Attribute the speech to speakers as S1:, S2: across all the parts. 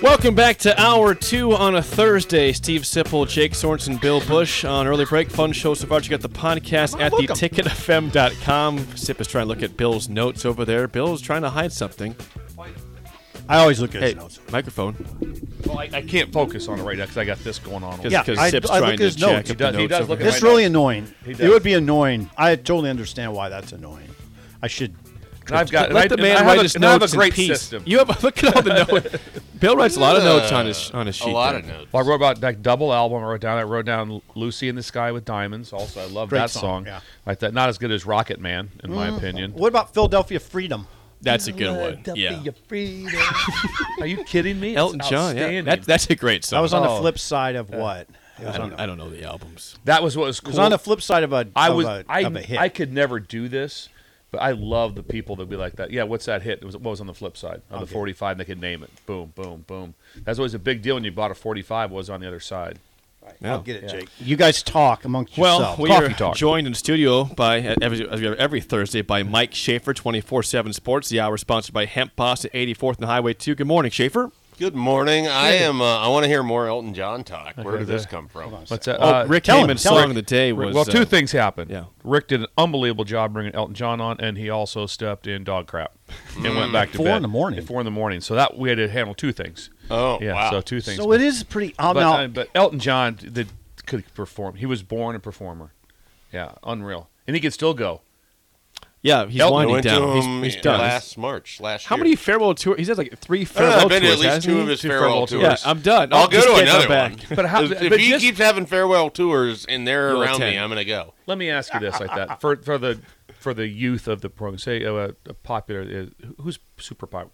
S1: Welcome back to hour two on a Thursday. Steve Sipple, Jake Sorensen, Bill Bush on early break. Fun show so far. You got the podcast at
S2: Welcome.
S1: theticketfm.com. Sip is trying to look at Bill's notes over there. Bill's trying to hide something.
S2: I always look at
S1: Hey, microphone.
S3: Well, I, I can't focus on it right now because I got this going on.
S1: Cause,
S2: Yeah,
S1: 'cause
S2: I-
S1: Sip's
S2: I look
S1: trying
S2: at
S1: to
S2: his
S1: check
S2: notes. He
S1: up
S3: does-
S1: the
S3: he
S1: notes
S3: does
S1: over
S3: look at
S1: there.
S3: my
S2: It's really annoying.
S3: He
S2: It
S3: does.
S2: would be annoying. I totally understand why that's annoying. I should.
S3: And I've got. Uh, and I,
S1: Let the
S3: and I
S1: man
S3: have
S1: write
S3: a-
S1: his
S3: and I have
S1: notes
S3: a great
S1: in peace.
S3: system.
S1: You have a, look at all the notes. Bill writes a lot of notes on his on his sheet.
S4: a lot
S1: there.
S4: of notes.
S3: Well, I wrote about that double album. I wrote down. I wrote down "Lucy in the Sky with Diamonds." Also, I love
S2: Great
S3: that
S2: song,
S3: song.
S2: yeah. Mm.
S3: Like that, not as good as "Rocket Man," in my opinion.
S2: What about Philadelphia Freedom?
S1: That's a good one. Yeah.
S3: Are you kidding me? It's
S1: Elton John. Yeah.
S3: outstanding.
S1: That, that's a great song.
S2: That was on the
S3: Oh.
S2: flip side of what? It was
S1: I
S2: on.
S1: don't,
S2: It
S1: I don't know the albums.
S3: That was what was cool.
S2: was on the flip side of a.
S3: I
S2: of
S3: was.
S2: a-
S3: I
S2: of a hit.
S3: I could never do this, but I love the people that be like that. Yeah, what's that hit? It was what was on the flip side on
S2: Okay.
S3: the 45. They could name it. Boom, boom, boom. That's always a big deal when you bought a 45. What was on the other side?
S1: Yeah.
S2: I'll get it, Jake. You guys talk amongst
S1: Well,
S2: yourself.
S1: we
S2: Coffee
S1: are
S2: talk.
S1: joined in studio by every, every Thursday by Mike Schaefer, twenty four seven Sports. The hour sponsored by Hemp Boss at eighty fourth and Highway two. Good morning,
S3: Uh,
S1: Schaefer.
S4: Good morning. I am. Uh, I want to hear more Elton John talk. Where did this
S3: there.
S4: come from?
S3: What's that? Uh,
S1: Oh, Rick
S2: tell him,
S1: Heyman's
S2: tell
S1: song
S2: him.
S1: of the day
S3: Rick-
S1: was
S3: well, two
S1: uh,
S3: things happened.
S1: yeah.
S3: Rick did an unbelievable job bringing Elton John on, and he also stepped in dog crap and went back
S2: Mm.
S3: to
S2: Four
S3: bed.
S2: in the morning.
S3: At four in the morning. So that we had to handle two things.
S4: Oh,
S3: yeah.
S4: wow.
S3: So two things.
S2: So it is pretty. I'll
S3: but,
S2: now,
S3: uh, but Elton John did, could perform. He was born a performer. Yeah, unreal, and he could still go.
S1: yeah, he's
S3: Elton
S4: I
S1: winding
S4: went to
S1: down. He's,
S4: him
S1: he's done.
S4: last March. Last
S1: How
S4: year.
S1: many farewell tours? He's had like three
S4: I don't know,
S1: farewell
S4: I've been to
S1: tours.
S4: at least
S1: hasn't
S4: two
S1: he?
S4: of his
S3: Two
S4: farewell
S3: farewell
S4: tours.
S1: Yeah, I'm done.
S4: I'll
S1: I'm just
S4: go to
S1: getting
S4: another
S1: back.
S4: one.
S3: But how-
S4: if,
S3: but
S4: if he
S3: just-
S4: keeps having farewell tours and they're
S1: You'll
S4: around me,
S1: attend.
S4: I'm gonna go.
S3: Let me ask you this, like that for for the for the youth of the program. Say uh, a popular uh, who's super popular,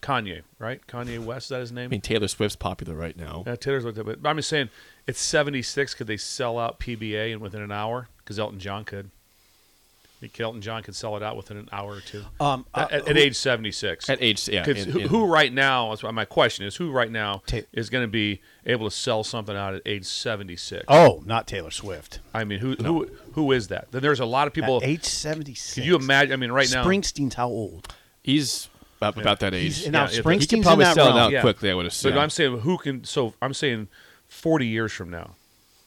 S3: Kanye, right? Kanye West is that his name?
S1: I mean, Taylor Swift's popular right now.
S3: Uh, Taylor's looked at it, but I'm just saying, it's 76. Could they sell out PBA in within an hour? Because Elton John could. I mean, Elton John could sell it out within an hour or two.
S2: um, uh,
S3: at, at age 76.
S1: At age, yeah.
S3: 'Cause
S1: in-
S3: who,
S1: in-
S3: who right now? That's why my question is: Who right now
S2: Ta-
S3: is going to be able to sell something out at age 76?
S2: oh, not Taylor Swift.
S3: I mean, who who who is that? Then there's a lot of people.
S2: At age seventy six.
S3: Could you imagine? I mean, right now,
S2: Springsteen's how old?
S1: he's about, about that age.
S2: He's now
S3: yeah, yeah.
S2: Springsteen's
S1: he can
S2: in
S1: probably
S2: that
S1: sell it
S2: realm.
S1: out
S3: Yeah.
S1: quickly. I would assume.
S3: But I'm saying who can. So I'm saying 40 years from now,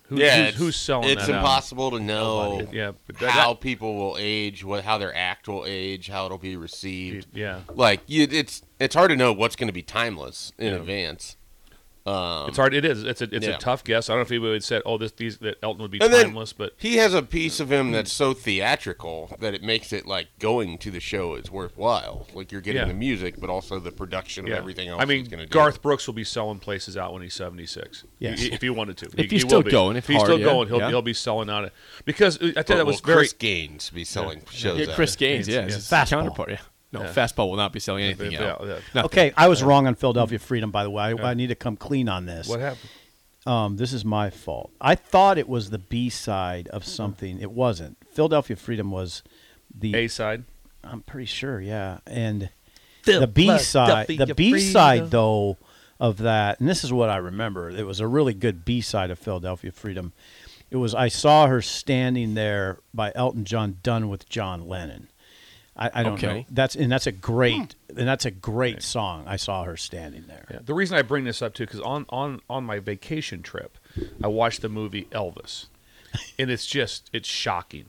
S3: who,
S4: yeah,
S3: who's, who's selling?
S4: It's
S3: that out?
S4: impossible to know.
S3: Yeah, but that-
S4: how people will age, what how their act will age, how it'll be received.
S3: Yeah.
S4: like you, it's it's hard to know what's going to be timeless in advance.
S3: It's hard. It is. It's a it's
S4: Um, yeah.
S3: a tough guess. I don't know if anybody would said, "Oh, this these that Elton would be
S4: And then-
S3: timeless," but
S4: He has a piece of him that's so theatrical that it makes it like going to the show is worthwhile. Like you're getting
S3: Yeah.
S4: the music, but also the production of
S3: yeah.
S4: everything else.
S3: I mean,
S4: he's gonna do.
S3: Garth Brooks will be selling places out when he's seventy six.
S2: Yes.
S3: if he wanted to.
S1: If
S3: he,
S1: he's
S3: he will
S1: still
S3: be.
S1: going, if
S3: if he's
S1: hard,
S3: still
S1: yeah,
S3: going, he'll
S1: yeah.
S3: he'll be selling out it because uh, I
S4: But
S3: tell you that
S4: will
S3: was very.
S4: Chris Gaines be selling shows.
S1: Yeah,
S4: out?
S1: Chris Gaines,
S3: Gaines,
S1: yeah,
S3: yeah.
S1: it's
S2: Fastball.
S1: his counterpart. Yeah. No, fastball will not be selling anything
S3: yeah,
S1: out.
S3: yeah.
S1: Nothing.
S2: Okay, I was wrong on Philadelphia Freedom, by the way. I, I need to come clean on this.
S3: Uh, hmm. What happened?
S2: Um, this is my fault. I thought it was the B side of something. It wasn't. Philadelphia Freedom was the.
S3: A side.
S2: I'm pretty sure, yeah. And the B side, the B side though of that, and this is what I remember. It was a really good B side of Philadelphia Freedom. It was I saw her standing there by Elton John, done with John Lennon. I, I don't know.
S1: Okay.
S2: That's and that's a great and that's a great song. I saw her standing there.
S3: Yeah. The reason I bring this up too, because on on on my vacation trip, I watched the movie Elvis, and it's just it's shocking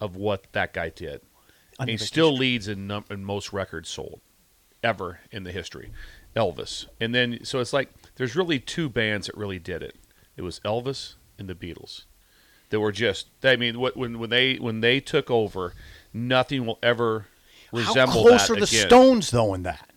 S3: of what that guy did.
S2: On
S3: he
S2: vacation
S3: still leads in, num- in most records sold ever in the history, Elvis. And then so it's like there's really two bands that really did it. It was Elvis and the Beatles. That were just. I mean, what when when they when they took over, nothing will ever resemble
S2: How close
S3: that
S2: are the
S3: again.
S2: Stones though in that?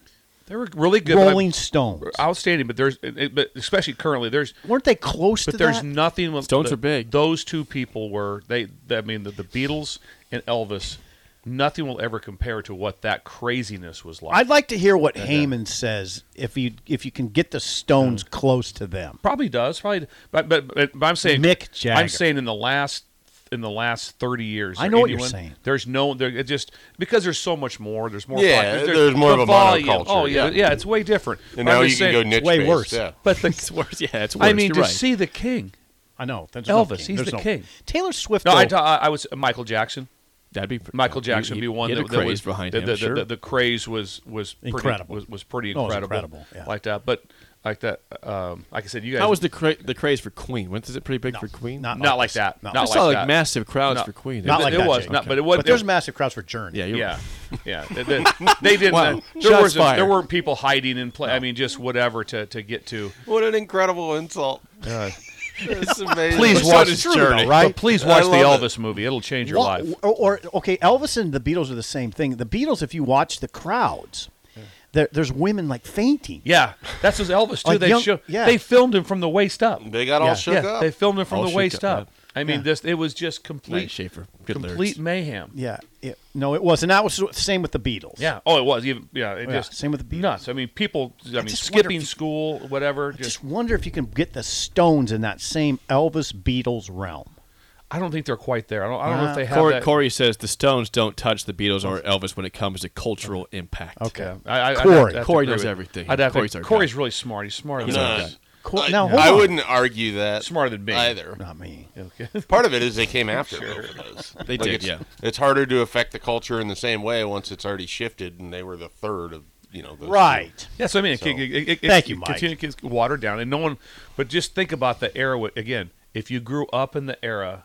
S3: They were really good. but I'm-
S2: Rolling Stones.
S3: outstanding. But there's, it- but especially currently, there's,
S2: Weren't they close
S3: but
S2: to
S3: there's
S2: that?
S3: nothing. with-
S1: Stones
S3: the-
S1: are big.
S3: Those two people were they. I mean, the, the Beatles and Elvis Nothing will ever compare to what that craziness was like.
S2: I'd like to hear what Heyman says if you if you can get the Stones
S3: Mm.
S2: close to them.
S3: Probably does. Probably, but but, but, but I'm saying
S2: Mick Jagger.
S3: I'm saying in the last in the last thirty years.
S2: I
S3: or
S2: know what you're
S3: anyone,
S2: saying.
S3: There's no there it just because there's so much more. There's more.
S4: Yeah,
S3: podcasts,
S4: there's more
S3: the
S4: of a
S3: volume.
S4: monoculture,
S3: Oh yeah,
S4: yeah.
S3: yeah, it's way different.
S4: And
S3: But I'm
S4: now you
S3: just
S4: can go
S3: saying-
S4: niche
S2: way
S4: based,
S2: worse.
S4: Yeah.
S3: But the,
S1: It's worse. Yeah, it's worse.
S3: I mean,
S1: You're
S3: to
S1: right.
S3: see the king.
S2: I know. There's
S3: Elvis,
S2: no king.
S3: he's
S2: There's
S3: the
S2: no-
S3: king.
S2: Taylor Swift.
S3: No, I,
S2: though-
S3: I, I was Michael Jackson.
S1: That'd be
S3: Michael
S1: he-
S3: Jackson
S1: he-
S3: would be one
S1: he had
S3: that,
S1: a
S3: that
S1: craze
S3: was
S1: behind
S3: the,
S1: him.
S3: the,
S1: sure.
S3: the, the craze was was pretty,
S2: Incredible.
S3: was, was pretty
S2: Oh, it was
S3: incredible,
S2: incredible, yeah.
S3: like that. But like that, um, like I said, you guys
S1: How was the cra- the craze for Queen? Wasn't it pretty big for Queen?
S2: not
S3: not
S2: like
S3: like
S2: this.
S3: that.
S2: No.
S3: Not
S1: I
S3: like
S1: saw like,
S3: that.
S1: massive crowds
S3: No.
S1: for Queen.
S2: Not
S3: It-
S2: like
S3: it
S2: that,
S3: was
S2: Jake.
S3: not, but it was-
S2: But there's
S3: it-
S2: massive crowds for Journey.
S1: Yeah, you're
S3: yeah,
S1: right.
S3: yeah. They, they- they didn't.
S1: Wow.
S3: There
S1: Shots
S3: was not there
S1: fired.
S3: weren't people hiding in play. I mean, just whatever to, to get to.
S4: What an incredible insult. It's amazing.
S3: Please
S4: It's
S3: watch
S4: not
S3: true,
S4: Journey.
S2: though, right?
S3: But please
S4: I
S3: watch the
S4: love
S3: Elvis movie. It'll change your
S2: Well,
S3: life.
S2: Or, or- okay, Elvis and the Beatles are the same thing. The Beatles, if you watch the crowds, there, there's women like fainting.
S3: Yeah, that's what Elvis too.
S2: Like
S3: they
S2: young-
S3: show,
S2: yeah.
S3: they filmed him from the waist up.
S4: They got
S2: Yeah.
S4: all shook
S3: yeah,
S4: up.
S3: they filmed him from
S1: All
S3: the
S1: shook
S3: waist
S1: up,
S3: up. I mean,
S2: Yeah.
S3: this it was just
S1: Matt
S3: complete
S1: Schaefer. Good
S3: complete
S1: lyrics.
S3: mayhem.
S2: Yeah, it- no, it wasn't. That was the same with the Beatles.
S3: Yeah. Oh, it was even. Yeah. It
S2: Yeah,
S3: just
S2: same with the Beatles.
S3: Nuts. I mean, people. I, mean,
S2: just wonder
S3: skipping
S2: if-
S3: school, whatever.
S2: I
S3: Just,
S2: just wonder if you can get the Stones in that same Elvis Beatles realm.
S3: I don't think they're quite there. I don't. I don't know if they have
S1: Corey,
S3: that.
S1: Corey says the Stones don't touch the Beatles or Elvis when it comes to cultural impact.
S2: Okay.
S3: I, I, I'd
S2: Corey.
S3: have to
S1: Corey
S3: agree
S1: knows
S3: with-
S1: everything.
S3: I'd have
S1: Corey's
S3: to,
S1: our guy.
S3: Corey's really smart. He's smarter than
S4: No.
S3: us.
S2: Cool.
S4: I,
S2: now, hold
S4: I
S2: on.
S4: wouldn't argue that.
S3: Smarter than me.
S4: either.
S2: Not me.
S4: Part of it is they came after both of those.
S1: They
S4: Like,
S1: did,
S4: it's,
S1: yeah.
S4: It's harder to affect the culture in the same way once it's already shifted, and they were the third of you know. Those
S2: Right.
S3: Yeah, so I mean, it, it, it, it,
S2: Thank you,
S3: it
S2: Mike.
S3: continue- it gets watered down, and no one. But just think about the era wi- again. If you grew up in the era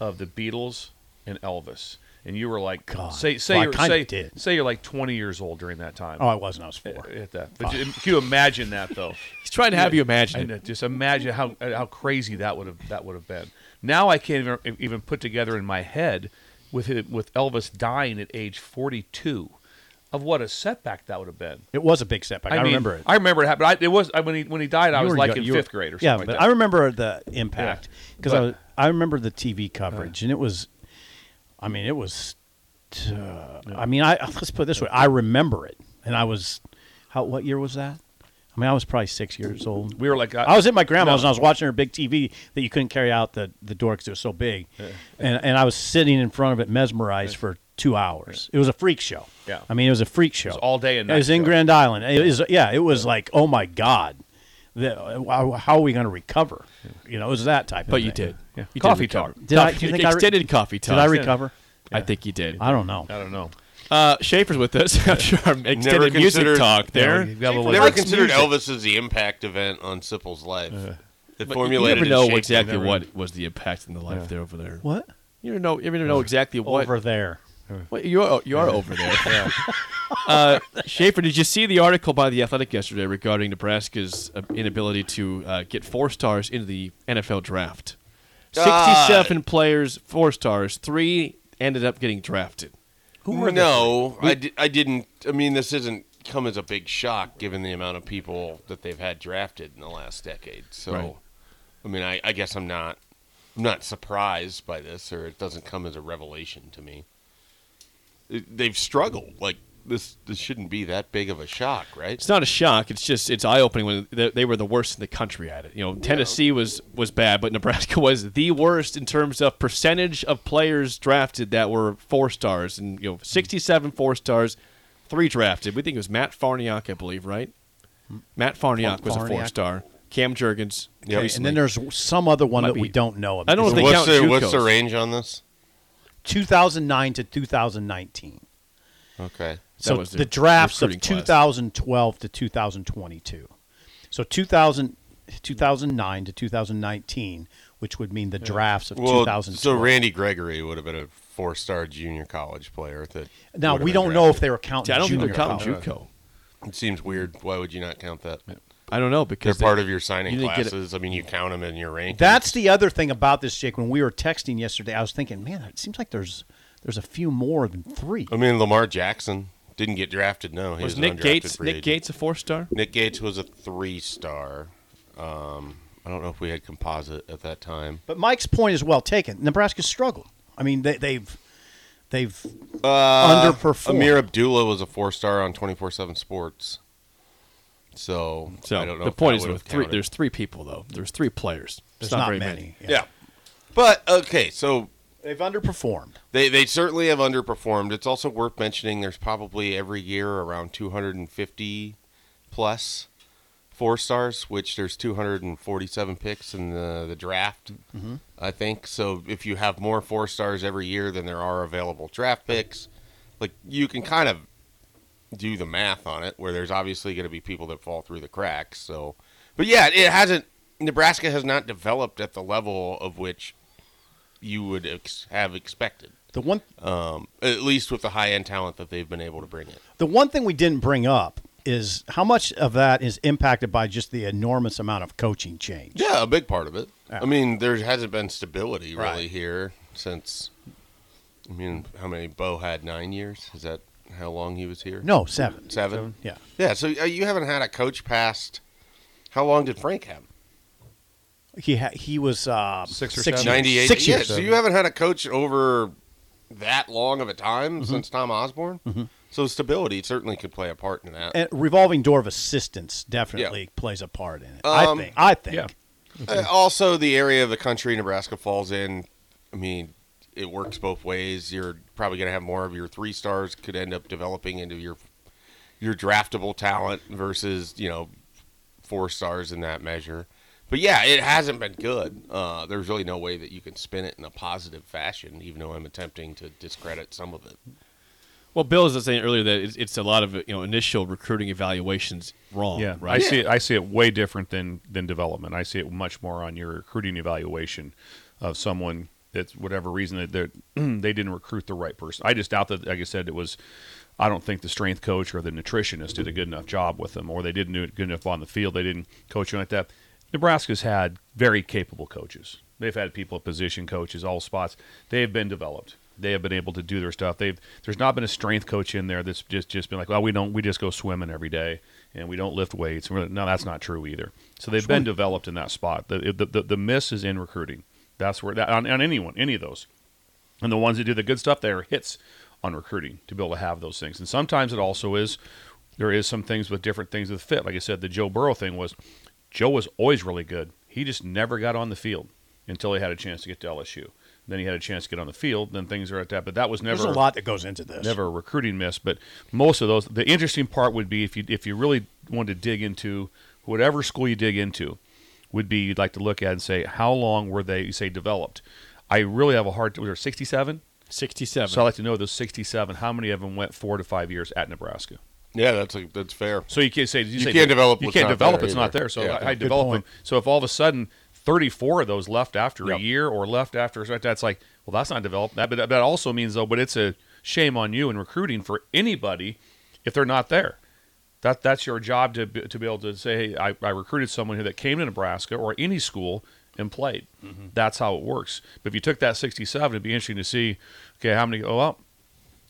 S3: of the Beatles and Elvis, and you were like,
S2: God.
S3: say, say,
S2: Well, I
S3: you're,
S2: kinda
S3: say,
S2: did.
S3: say you're like 20 years old during that time.
S2: Oh, I wasn't. I Ah. was four.
S3: at that. But you- can you imagine that though?
S1: He's trying to have you imagine
S3: And
S1: it.
S3: uh, just imagine how uh, how crazy that would have that would have been. Now I can't even, e, even put together in my head with it, with Elvis dying at age 42 of what a setback that would have been.
S2: It was a big setback. I,
S3: mean,
S2: remember it.
S3: I remember it happened. I, it was I, when he when he died. I
S2: You
S3: was
S2: were
S3: like
S2: young-
S3: in
S2: you were-
S3: fifth grade or something.
S2: yeah,
S3: like
S2: but
S3: that.
S2: I remember the impact because
S3: but-
S2: I I remember the TV coverage and it was, I mean, it was, t- uh, I mean, I let's put it this way, I remember it, and I was, how what year was that? I mean, I was probably six years old.
S3: we were like uh,
S2: I was at my grandma's and I was watching her big TV that you couldn't carry out the, the door because it was so big, and and I was sitting in front of it mesmerized for two hours. It was a freak show.
S3: Yeah.
S2: I mean, it was a freak show.
S3: all day and
S2: It was
S3: night
S2: in
S3: show.
S2: Grand Island. It was yeah. It was like oh my god, the, how how are we going to recover? You know, it was that type.
S1: But
S2: of
S1: you
S2: thing.
S1: did.
S3: Yeah.
S1: You
S3: Coffee
S1: recover.
S3: talk.
S2: Did I-
S1: Coffee-
S2: do you think I re-
S1: extended coffee
S2: Did
S1: talk?
S2: I recover?
S1: I think you did.
S2: I don't know.
S3: I don't know.
S1: Uh, Schaefer's with us after our extended music
S4: considered-
S1: talk there.
S3: You've got a
S4: Who.
S3: little-
S4: Never
S1: Likes
S4: considered
S1: music.
S4: Elvis as the impact event on Sipple's life. it
S1: Uh, But you
S4: formulated.
S1: never know
S4: and shaped
S1: exactly
S4: him.
S1: what was the impact in the life there over there.
S2: What
S1: You never know. You never know exactly what.
S2: over there?
S1: what- you are you are over there. uh, Schaefer, did you see the article by the Athletic yesterday regarding Nebraska's uh, inability to uh, get four stars into the NFL draft? Sixty-seven players, four stars, three ended up getting drafted.
S4: Mm, no, I, di- I didn't. I mean, this isn't come as a big shock given the amount of people that they've had drafted in the last decade. So,
S1: Right.
S4: I mean, I, I guess I'm not I'm not surprised by this, or it doesn't come as a revelation to me. It, they've struggled. Like this, this shouldn't be that big of a shock, right?
S1: It's not a shock. It's just it's eye opening when they, they were the worst in the country at it. You know, Tennessee was was bad, but Nebraska was the worst in terms of percentage of players drafted that were four stars, and you know, sixty seven four stars, three drafted. We think it was Matt Farniak, I believe, right? Matt Farniak was a four
S2: Farniak.
S1: star. Cam Jurgens.
S4: Yep.
S2: And
S1: recently.
S2: then there's some other one
S1: Might
S2: that we
S1: be-
S2: don't know about.
S1: I don't
S2: It's
S1: think-
S2: what-
S4: What's
S1: count
S4: the, what's the
S1: JUCOs.
S4: range on this?
S2: 2009 to 2019.
S4: Okay,
S2: So
S1: was
S2: the
S1: their
S2: drafts of
S1: recruiting class.
S2: 2012 to 2022. So 2000, 2009 to 2019, which would mean the drafts of
S4: well,
S2: 2012.
S4: so Randy Gregory would have been a four-star junior college player. That
S2: now
S4: would have
S2: we
S4: been
S2: don't know if
S4: drafted.
S2: they were counting.
S1: I don't think
S2: junior
S1: they're counting
S2: college.
S1: JUCO.
S4: It seems weird. Why would you not count that?
S1: I don't know
S4: They're
S1: because
S4: part of your signing
S1: you didn't get it.
S4: classes. I mean, you count them in your rank.
S2: That's the other thing about this, Jake. When we were texting yesterday, I was thinking, man, it seems like there's there's a few more than three.
S4: I mean, Lamar Jackson didn't get drafted. No, he
S1: was
S4: an
S1: Nick
S4: undrafted
S1: Gates.
S4: free
S1: Nick
S4: agent.
S1: Gates a four star.
S4: Nick Gates was a three-star. Um, I don't know if we had composite at that time.
S2: But Mike's point is well taken. Nebraska struggled. I mean, they, they've they've
S4: Uh,
S2: Underperformed.
S4: Amir Abdullah was a four star on twenty four seven Sports. So,
S1: So
S4: I don't know.
S1: the
S4: if
S1: point
S4: that
S1: is,
S4: would've
S1: with three,
S4: counted.
S1: there's three people though. There's three players.
S2: there's
S1: It's not,
S2: not,
S1: very
S2: many.
S1: many.
S4: yeah. but okay. So
S2: They've underperformed.
S4: They they certainly have underperformed. It's also worth mentioning there's probably every year around 250 plus four stars, which there's 247 picks in the the draft. I think so. If you have more four stars every year than there are available draft picks, like you can kind of do the math on it, where there's obviously going to be people that fall through the cracks. So, but yeah, it hasn't. Nebraska has not developed at the level of which you would ex- have expected
S2: The one
S4: um, at least with the high end talent that they've been able to bring in.
S2: The one thing we didn't bring up is how much of that is impacted by just the enormous amount of coaching change.
S4: Yeah, a big part of it.
S2: Yeah.
S4: I mean, there hasn't been stability really
S2: Right.
S4: here since. I mean, how many? Bo had nine years. Is that how long he was here?
S2: No, seven.
S4: Seven?
S2: Yeah.
S4: Yeah. So uh, you haven't had a coach past. How long did Frank have?
S2: He ha- he was uh,
S3: Six or
S2: years.
S3: seven.
S4: Ninety eight.
S2: Six
S4: yeah,
S2: years.
S4: So you haven't had a coach over that long of a time since Tom Osborne. So stability certainly could play a part in that.
S2: And revolving door of assistance definitely plays a part in it. I
S4: Um,
S2: think. I think.
S3: yeah.
S4: Uh, also, the area of the country Nebraska falls in, I mean, it works both ways. You're probably going to have more of your three stars could end up developing into your your draftable talent versus you know four stars in that measure. But yeah, it hasn't been good. Uh, there's really no way that you can spin it in a positive fashion, even though I'm attempting to discredit some of it.
S1: Well, Bill was saying earlier that it's, it's a lot of you know initial recruiting evaluations wrong.
S3: Yeah,
S1: right.
S3: I see. It, I see it way different than than development. I see it much more on your recruiting evaluation of someone that's whatever reason that they're- they didn't recruit the right person. I just doubt that. Like I said, it was. I don't think the strength coach or the nutritionist did a good enough job with them, or they didn't do it good enough on the field. They didn't coach them like that. Nebraska's had very capable coaches. They've had people at position coaches, all spots. They have been developed. They have been able to do their stuff. They've there's not been a strength coach in there that's just just been like, well, we don't we just go swimming every day and we don't lift weights. We're- no, that's not true either. So they've been developed in that spot. The the, the, the miss is in recruiting. That's where that on, on anyone any of those. And the ones that do the good stuff, they are hits on recruiting to be able to have those things. And sometimes it also is there is some things with different things with fit. Like I said, the Joe Burrow thing was Joe was always really good. He just never got on the field until he had a chance to get to LSU. Then he had a chance to get on the field. Then things are at that. But that was never
S2: There's a lot that goes into this.
S3: never a recruiting miss, but most of those. The interesting part would be if you if you really wanted to dig into whatever school you dig into, would be you'd like to look at and say how long were they say developed. I really have a hard. Was there sixty seven?
S1: Sixty-seven.
S3: So I'd like to know those sixty seven. How many of them went four to five years at Nebraska?
S4: Yeah, that's a, that's fair.
S3: So you can't say you,
S4: You
S3: say,
S4: can't develop
S3: You
S4: what's
S3: can't
S4: not
S3: develop.
S4: there
S3: It's not
S4: either.
S3: there. So
S4: Yeah.
S3: I, I
S4: Good
S3: develop
S2: point.
S3: them. So if all of a sudden thirty-four of those left after
S4: Yep.
S3: a year or left after that's like, well, that's not developed. That but that also means though, but it's a shame on you in recruiting for anybody if they're not there. That that's your job to be, to be able to say, hey, I, I recruited someone here that came to Nebraska or any school and played.
S4: Mm-hmm.
S3: That's how it works. But if you took that sixty-seven, it'd be interesting to see. Okay, how many? Oh well,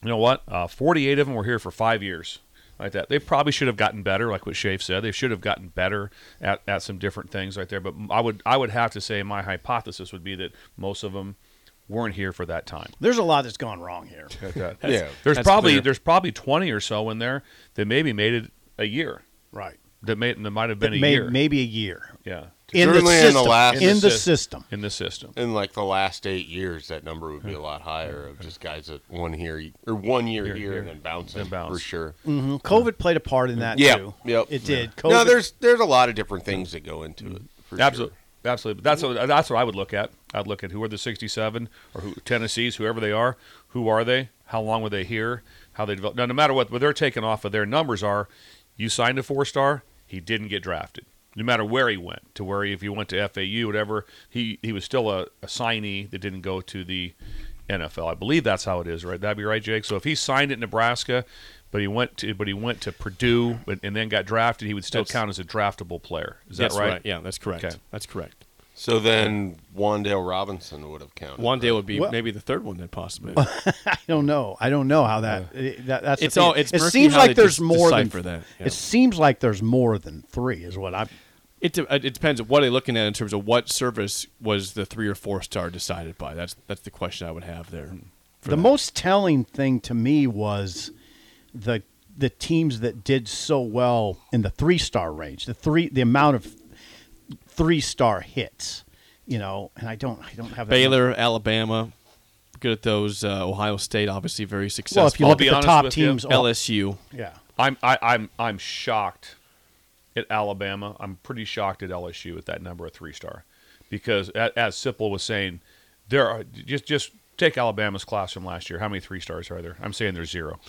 S3: you know what? Uh, 48 of them were here for five years, like that. They probably should have gotten better, like what Shafe said. They should have gotten better at, at some different things right there. But I would I would have to say my hypothesis would be that most of them weren't here for that time.
S2: There's a lot that's gone wrong here.
S3: Like that.
S4: Yeah.
S3: there's
S1: that's
S3: probably
S1: clear.
S3: there's probably 20 or so in there that maybe made it a year.
S2: Right.
S3: That made that might have been a
S2: May-
S3: year.
S2: Maybe a year.
S3: Yeah,
S2: In the,
S4: Certainly in the
S2: system,
S4: last-
S2: in the
S3: sys-
S2: system.
S3: in the system.
S4: in like the last eight years, that number would be a lot higher of just guys that one here or one year
S3: Here,
S4: here,
S3: here,
S4: and then bouncing
S3: then bounce.
S4: for sure.
S2: Mhm. COVID played a part in that
S4: Yeah,
S2: too.
S4: yep.
S2: It did. COVID,
S4: No, there's there's a lot of different things that go into it. For
S3: Absolutely. Absolutely, but that's what, that's what I would look at. I'd look at who are the sixty-seven or who Tennessee's, whoever they are. Who are they? How long were they here? How they developed? Now, no matter what, what they're taking off of their numbers are. You signed a four-star. He didn't get drafted. No matter where he went, to where he- if he went to FAU, whatever, he he was still a, a signee that didn't go to the NFL. I believe that's how it is, right? That'd be right, Jake. So if he signed at Nebraska, but he went to but he went to Purdue and, and then got drafted, he would still
S1: That's-
S3: count as a draftable player. Is that
S1: that's right? Yeah, that's correct.
S3: Okay.
S1: That's correct.
S4: Sure. So then Wandale Robinson would have counted.
S1: One day would be
S2: Well-
S1: maybe the third one then possibly.
S2: I don't know. I don't know how that. it- that that's the
S1: It's
S2: thing.
S1: all- it's
S2: it
S1: murky
S2: seems
S1: how
S2: like
S1: they
S2: there's
S1: dis-
S2: more than
S1: decipher that, yeah.
S2: It seems like there's more than three. Is what I'm.
S1: It, de- uh, it depends on what they're looking at in terms of what service was the three or four star decided by. That's that's the question I would have there. for
S2: the
S1: that.
S2: most telling thing to me was the the teams that did so well in the three star range, the three the amount of three star hits, you know. And I don't I don't have that
S1: Baylor, Alabama, good at those. Uh, Ohio State, obviously, very successful.
S2: Well, if you
S3: I'll
S2: look
S3: be
S2: at the
S3: honest
S2: top
S3: with you,
S2: teams, all-
S1: LSU,
S2: yeah,
S3: I'm I, I'm I'm shocked at Alabama. I'm pretty shocked at LSU at that number of three star, because a- as Sipple was saying, there are just just take Alabama's class from last year. How many three stars are there? I'm saying there's zero.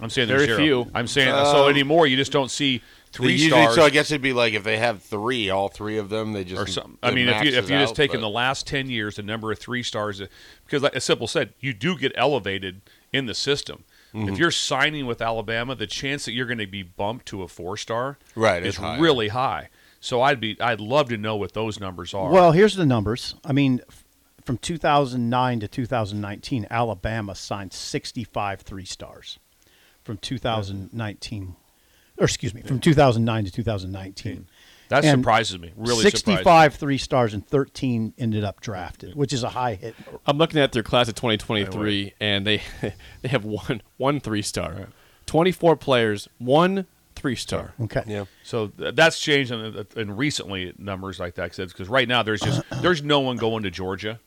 S3: I'm saying
S1: Very
S3: there's zero.
S1: few.
S3: I'm saying so anymore. You just don't see
S4: They
S3: three
S4: usually,
S3: stars.
S4: so I guess it'd be like if they have three, all three of them, they just
S3: or something.
S4: it
S3: I mean, if you
S4: maxes
S3: if you just
S4: out,
S3: taking the
S4: but-
S3: last ten years, the number of three stars, uh, because like as Simple said, you do get elevated in the system.
S4: Mm-hmm.
S3: If you're signing with Alabama, the chance that you're going to be bumped to a four star,
S4: Right,
S3: is
S4: it's higher.
S3: really high. So I'd be I'd love to know what those numbers are.
S2: Well, here's the numbers. I mean, f- from 2009 to 2019, Alabama signed 65 three stars. From 2019, or excuse me, from 2009 to
S3: Hmm.
S2: 2019.
S3: that
S2: and
S3: surprises me. Really, surprises me.
S2: 65 three stars and 13 ended up drafted, which is a high hit.
S1: I'm looking at their class of 2023, and they they have one one three star, 24 players, one three star.
S2: Okay.
S4: Yeah.
S3: So th- that's changed in, in recently numbers like that because right now there's just there's no one going to Georgia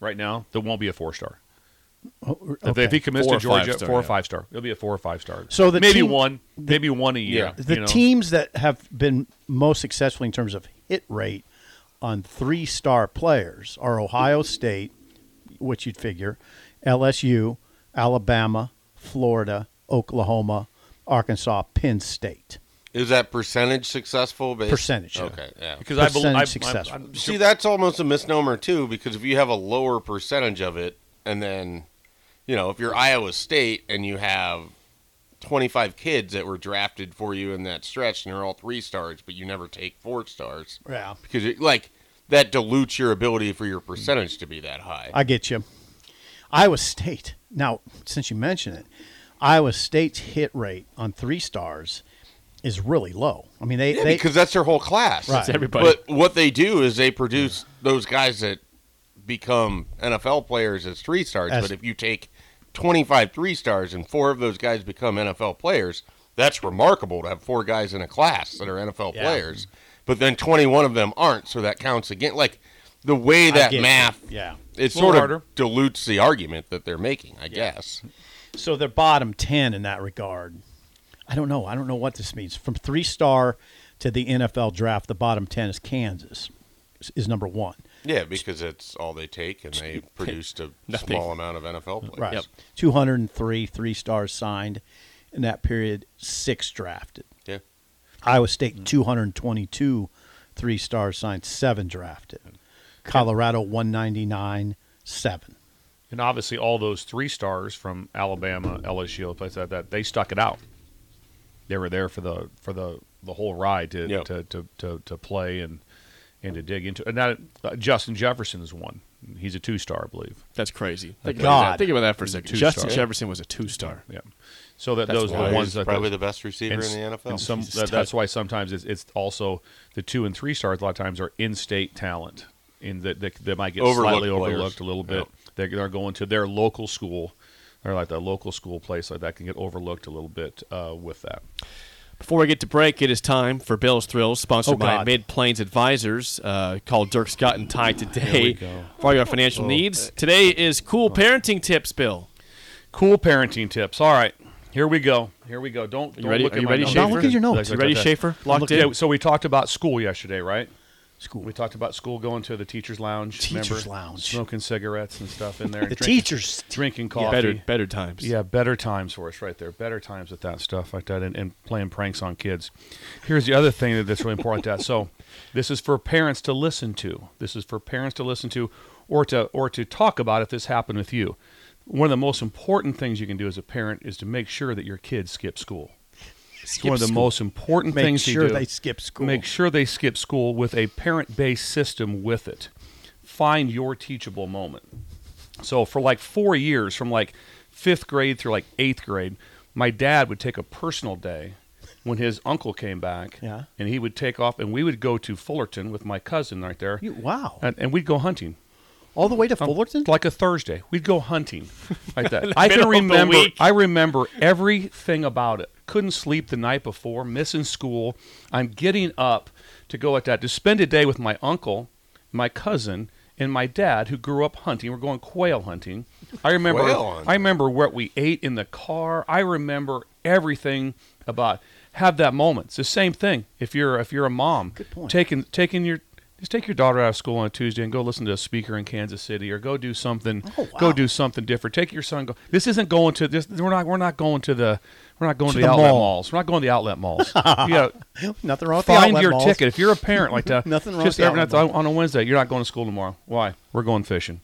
S3: right now that won't be a four star.
S2: Oh,
S3: If- If
S2: okay.
S3: he commits
S1: Four
S3: to
S1: or five
S3: Georgia,
S1: star,
S3: four or
S1: yeah.
S3: five star, it'll be a four or five star.
S2: So the
S3: maybe
S2: team-
S3: one, maybe one a year.
S4: Yeah.
S2: the
S3: you know?
S2: teams that have been most successful in terms of hit rate on three star players are Ohio State, which you'd figure, LSU, Alabama, Florida, Oklahoma, Arkansas, Penn State.
S4: Is that percentage successful? Based?
S2: Percentage.
S4: Okay. Yeah.
S3: because I believe
S2: percentage
S3: I'm,
S2: successful.
S3: I'm- I'm-
S4: See, that's almost a misnomer too, because if you have a lower percentage of it, and then, you know, if you're Iowa State and you have 25 kids that were drafted for you in that stretch, and they're all three stars, but you never take four stars
S2: Yeah.
S4: because, it, like, that dilutes your ability for your percentage to be that high.
S2: I get you. Iowa State. Now, since you mention it, Iowa State's hit rate on three stars is really low. I mean, they,
S4: Yeah,
S2: they
S4: because that's their whole class.
S2: Right. That's
S1: everybody.
S4: But what they do is they produce those guys that become NFL players as three stars.
S2: As-
S4: but if you take 25 three stars and four of those guys become NFL players, that's remarkable to have four guys in a class that are NFL
S2: Yeah.
S4: players. But then 21 of them aren't, so that counts again. Like the way that
S2: get you.
S4: math,
S2: Yeah.
S4: it
S3: little
S4: sort of
S3: harder.
S4: dilutes the argument that they're making, I guess.
S2: So they're bottom 10 in that regard. I don't know. I don't know what this means. From three star to the NFL draft, the bottom 10 is Kansas, is- is number one.
S4: Yeah, because it's all they take, and they produced a
S1: Nothing.
S4: small amount of NFL players.
S2: Right. 203 three stars signed in that period, six drafted.
S4: Yeah.
S2: Iowa State,
S3: Hmm.
S2: 222 three stars signed, seven drafted. Colorado, 199, seven.
S3: and obviously all those three stars from Alabama, LSU, places like that, they stuck it out. They were there for the for the the whole ride to
S4: Yep.
S3: to, to, to to play and and to dig into. And that uh, Justin Jefferson is one. He's a two star, I believe.
S1: That's crazy. Think
S2: God.
S1: about that. Think about that for a second.
S3: Two-star.
S1: Justin Jefferson was a two star.
S3: Yeah. So that
S1: That's
S3: those are
S4: Well,
S3: the
S4: he's
S3: ones that
S4: probably
S3: those-
S4: the best receiver
S3: and s-
S4: in the NFL.
S3: and some,
S1: He's a
S3: that,
S1: stud.
S3: that's why sometimes it's, it's also the two and three stars. A lot of times are in-state talent, in that they, they might get
S4: Overlooked
S3: slightly
S4: players.
S3: overlooked a little bit. They're, they're going to their local school, or like the local school place like that can get overlooked a little bit uh, with that.
S1: Before we get to break, it is time for Bill's Thrills, sponsored
S2: Oh,
S1: by
S2: God.
S1: Mid Plains Advisors. Uh, call Dirk Scott and Ty
S3: Here we
S1: today
S3: go. Oh.
S1: for all your financial needs. Today is cool parenting tips, Bill.
S3: Cool parenting tips. All right, here we go. Here we go. Don't, don't
S1: ready-
S3: look
S1: are
S3: at
S1: you
S3: my
S1: ready,
S3: notes.
S1: Don't look Schaefer?
S2: at your notes.
S1: You ready, Schaefer? Locked
S3: Yeah,
S1: in?
S3: so we talked about school yesterday, right?
S2: School.
S3: We talked about school going to the teachers' lounge.
S2: Teachers'
S3: remember?
S2: lounge.
S3: smoking cigarettes and stuff in there.
S2: the
S3: and drinking-
S2: teachers.
S3: drinking coffee.
S1: Better, better times.
S3: Yeah, better times for us right there. Better times with that stuff like that and, and playing pranks on kids. Here's the other thing that- that's really important to that. So this is for parents to listen to. This is for parents to listen to or to or to talk about if this happened with you. One of the most important things you can do as a parent is to make sure that your kids skip school. It's one of the most important
S2: Make
S3: things
S2: sure
S3: you do.
S2: they skip school.
S3: Make sure they skip school with a parent-based system with it. Find your teachable moment. So for like four years, from like fifth grade through like eighth grade, my dad would take a personal day when his uncle came back,
S2: Yeah.
S3: and he would take off, and we would go to Fullerton with my cousin right there,
S2: You, wow.
S3: and, and we'd go hunting.
S2: all the way to Fullerton.
S3: um, like a Thursday. We'd go hunting like that. I can
S1: middle of the
S3: remember.
S1: week.
S3: I remember everything about it. Couldn't sleep the night before, missing school. I'm getting up to go at that to spend a day with my uncle, my cousin, and my dad, who grew up hunting. We're going quail hunting. I remember.
S4: Quail hunting.
S3: I remember what we ate in the car. I remember everything about. Have that moment. It's the same thing. If you're if you're a mom,
S2: Good point.
S3: taking taking your just take your daughter out of school on a Tuesday and go listen to a speaker in Kansas City or go do something
S2: Oh, wow.
S3: go do something different. Take your son go this isn't going to this we're not we're not going to the we're not going to,
S2: To
S3: the,
S2: the
S3: outlet
S2: mall.
S3: malls. We're not going to the outlet malls. yeah.
S2: Nothing wrong with the
S3: Find
S2: outlet
S3: your
S2: malls.
S3: ticket. If you're a parent like that,
S2: Nothing wrong
S3: just
S2: with the
S3: every
S2: outlet
S3: night on
S2: mall.
S3: on a Wednesday, you're not going to school tomorrow. Why? We're going fishing.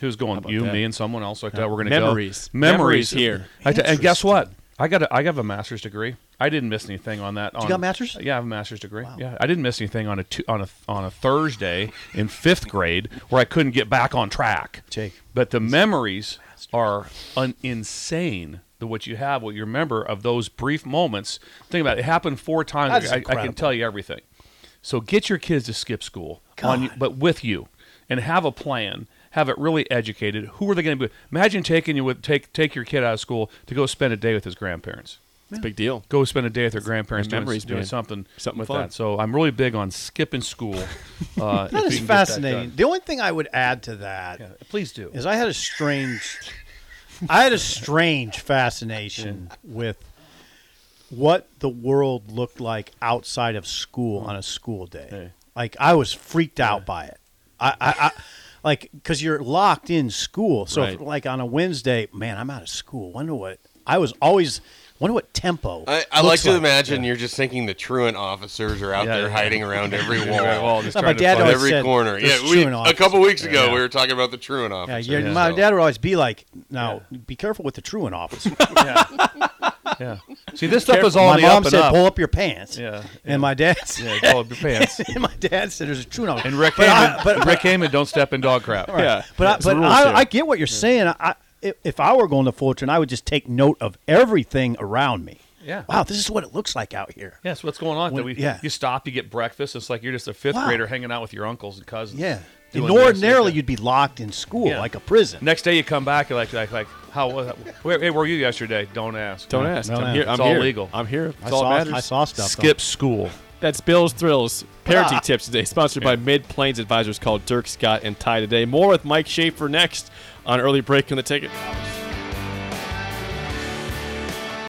S3: Who's going? You,
S1: that?
S3: me, and someone else like that. We're going to
S1: Memories.
S3: go. Memories.
S1: Memories here.
S3: I t- and guess what? I got a, I have a master's degree. I didn't miss anything on that. on-
S2: got a master's?
S3: Yeah, I have a master's degree. Yeah, I didn't miss anything on a tu- on a on a Thursday in fifth grade where I couldn't get back on track.
S2: Jake.
S3: but the memories are un- insane. The what you have, what you remember of those brief moments. Think about it. It happened four times.
S2: That's
S3: I, I can
S2: incredible.
S3: tell you everything. So get your kids to skip school, on, but with you, and have a plan. Have it really educated. Who are they going to be? Imagine taking you with take take your kid out of school to go spend a day with his grandparents.
S1: It's a big deal.
S3: Go spend a day with their grandparents. Doing,
S1: memories,
S3: doing
S1: man.
S3: something
S1: Something
S3: with
S1: fun.
S3: that. So I'm really big on skipping school. Uh,
S2: That is fascinating. the only thing I would add to that is
S3: Please do.
S2: I had a strange, I had a strange fascination with what the world looked like outside of school on a school day. Like I was freaked out by it. I, I, I like because you're locked in school. So if,
S1: Right.
S2: like on a Wednesday, man, I'm out of school. Wonder what I was always wonder what tempo.
S4: I, I like
S2: looks
S4: to imagine you're just thinking the truant officers are out
S3: Yeah,
S4: there
S3: yeah.
S4: hiding around every wall,
S3: Well, just
S2: My
S3: trying to
S2: dad
S3: find-
S4: on
S2: always
S4: every
S2: said
S4: corner.
S2: there's
S4: Yeah, we,
S2: truant
S4: a couple
S2: officers.
S4: weeks ago
S2: Yeah.
S4: we were talking about the truant officers.
S2: Yeah, your- my dad would always be like, "Now, be careful with the truant officer."
S3: Yeah. See, this stuff is all
S2: my
S3: in the
S2: mom
S3: up and
S2: said,
S3: up.
S2: "Pull up your pants."
S3: Yeah,
S2: and my dad,
S3: Yeah, pull up your pants.
S2: and my dad said, "There's a truant officer."
S3: And Rick
S2: but
S3: Heyman,
S2: I, but,
S3: Rick Heyman, don't step in dog crap.
S1: Yeah.
S2: but, I,
S1: That's the
S2: but
S1: rules
S2: I,
S1: here.
S2: I get what you're saying. I, if- if I were going to Fullerton, I would just take note of everything around me.
S3: Yeah.
S2: Wow, this is what it looks like out here.
S3: Yes, what's going on?
S2: When-
S3: That we-
S2: yeah.
S3: You stop, you get breakfast. It's like you're just a fifth
S2: Wow.
S3: grader hanging out with your uncles and cousins.
S2: Yeah.
S3: doing
S2: And
S3: this,
S2: ordinarily,
S3: doing
S2: you'd be locked in school
S3: Yeah.
S2: like a prison.
S3: Next day you come back, you're like, like, like how was that? Where, hey, where were you yesterday? Don't ask.
S1: Don't ask.
S2: no,
S1: I'm
S2: no.
S1: here.
S2: It's
S1: I'm
S3: all
S1: here.
S3: legal.
S1: I'm here. It's
S2: I
S1: all
S2: saw,
S1: that matters.
S2: I saw stuff. though.
S3: Skip school.
S1: That's Bill's Thrills parenting
S2: Ah.
S1: tips today, sponsored by Mid Plains Advisors. Called Dirk Scott and Ty today. More with Mike Schaefer next on early break on the ticket.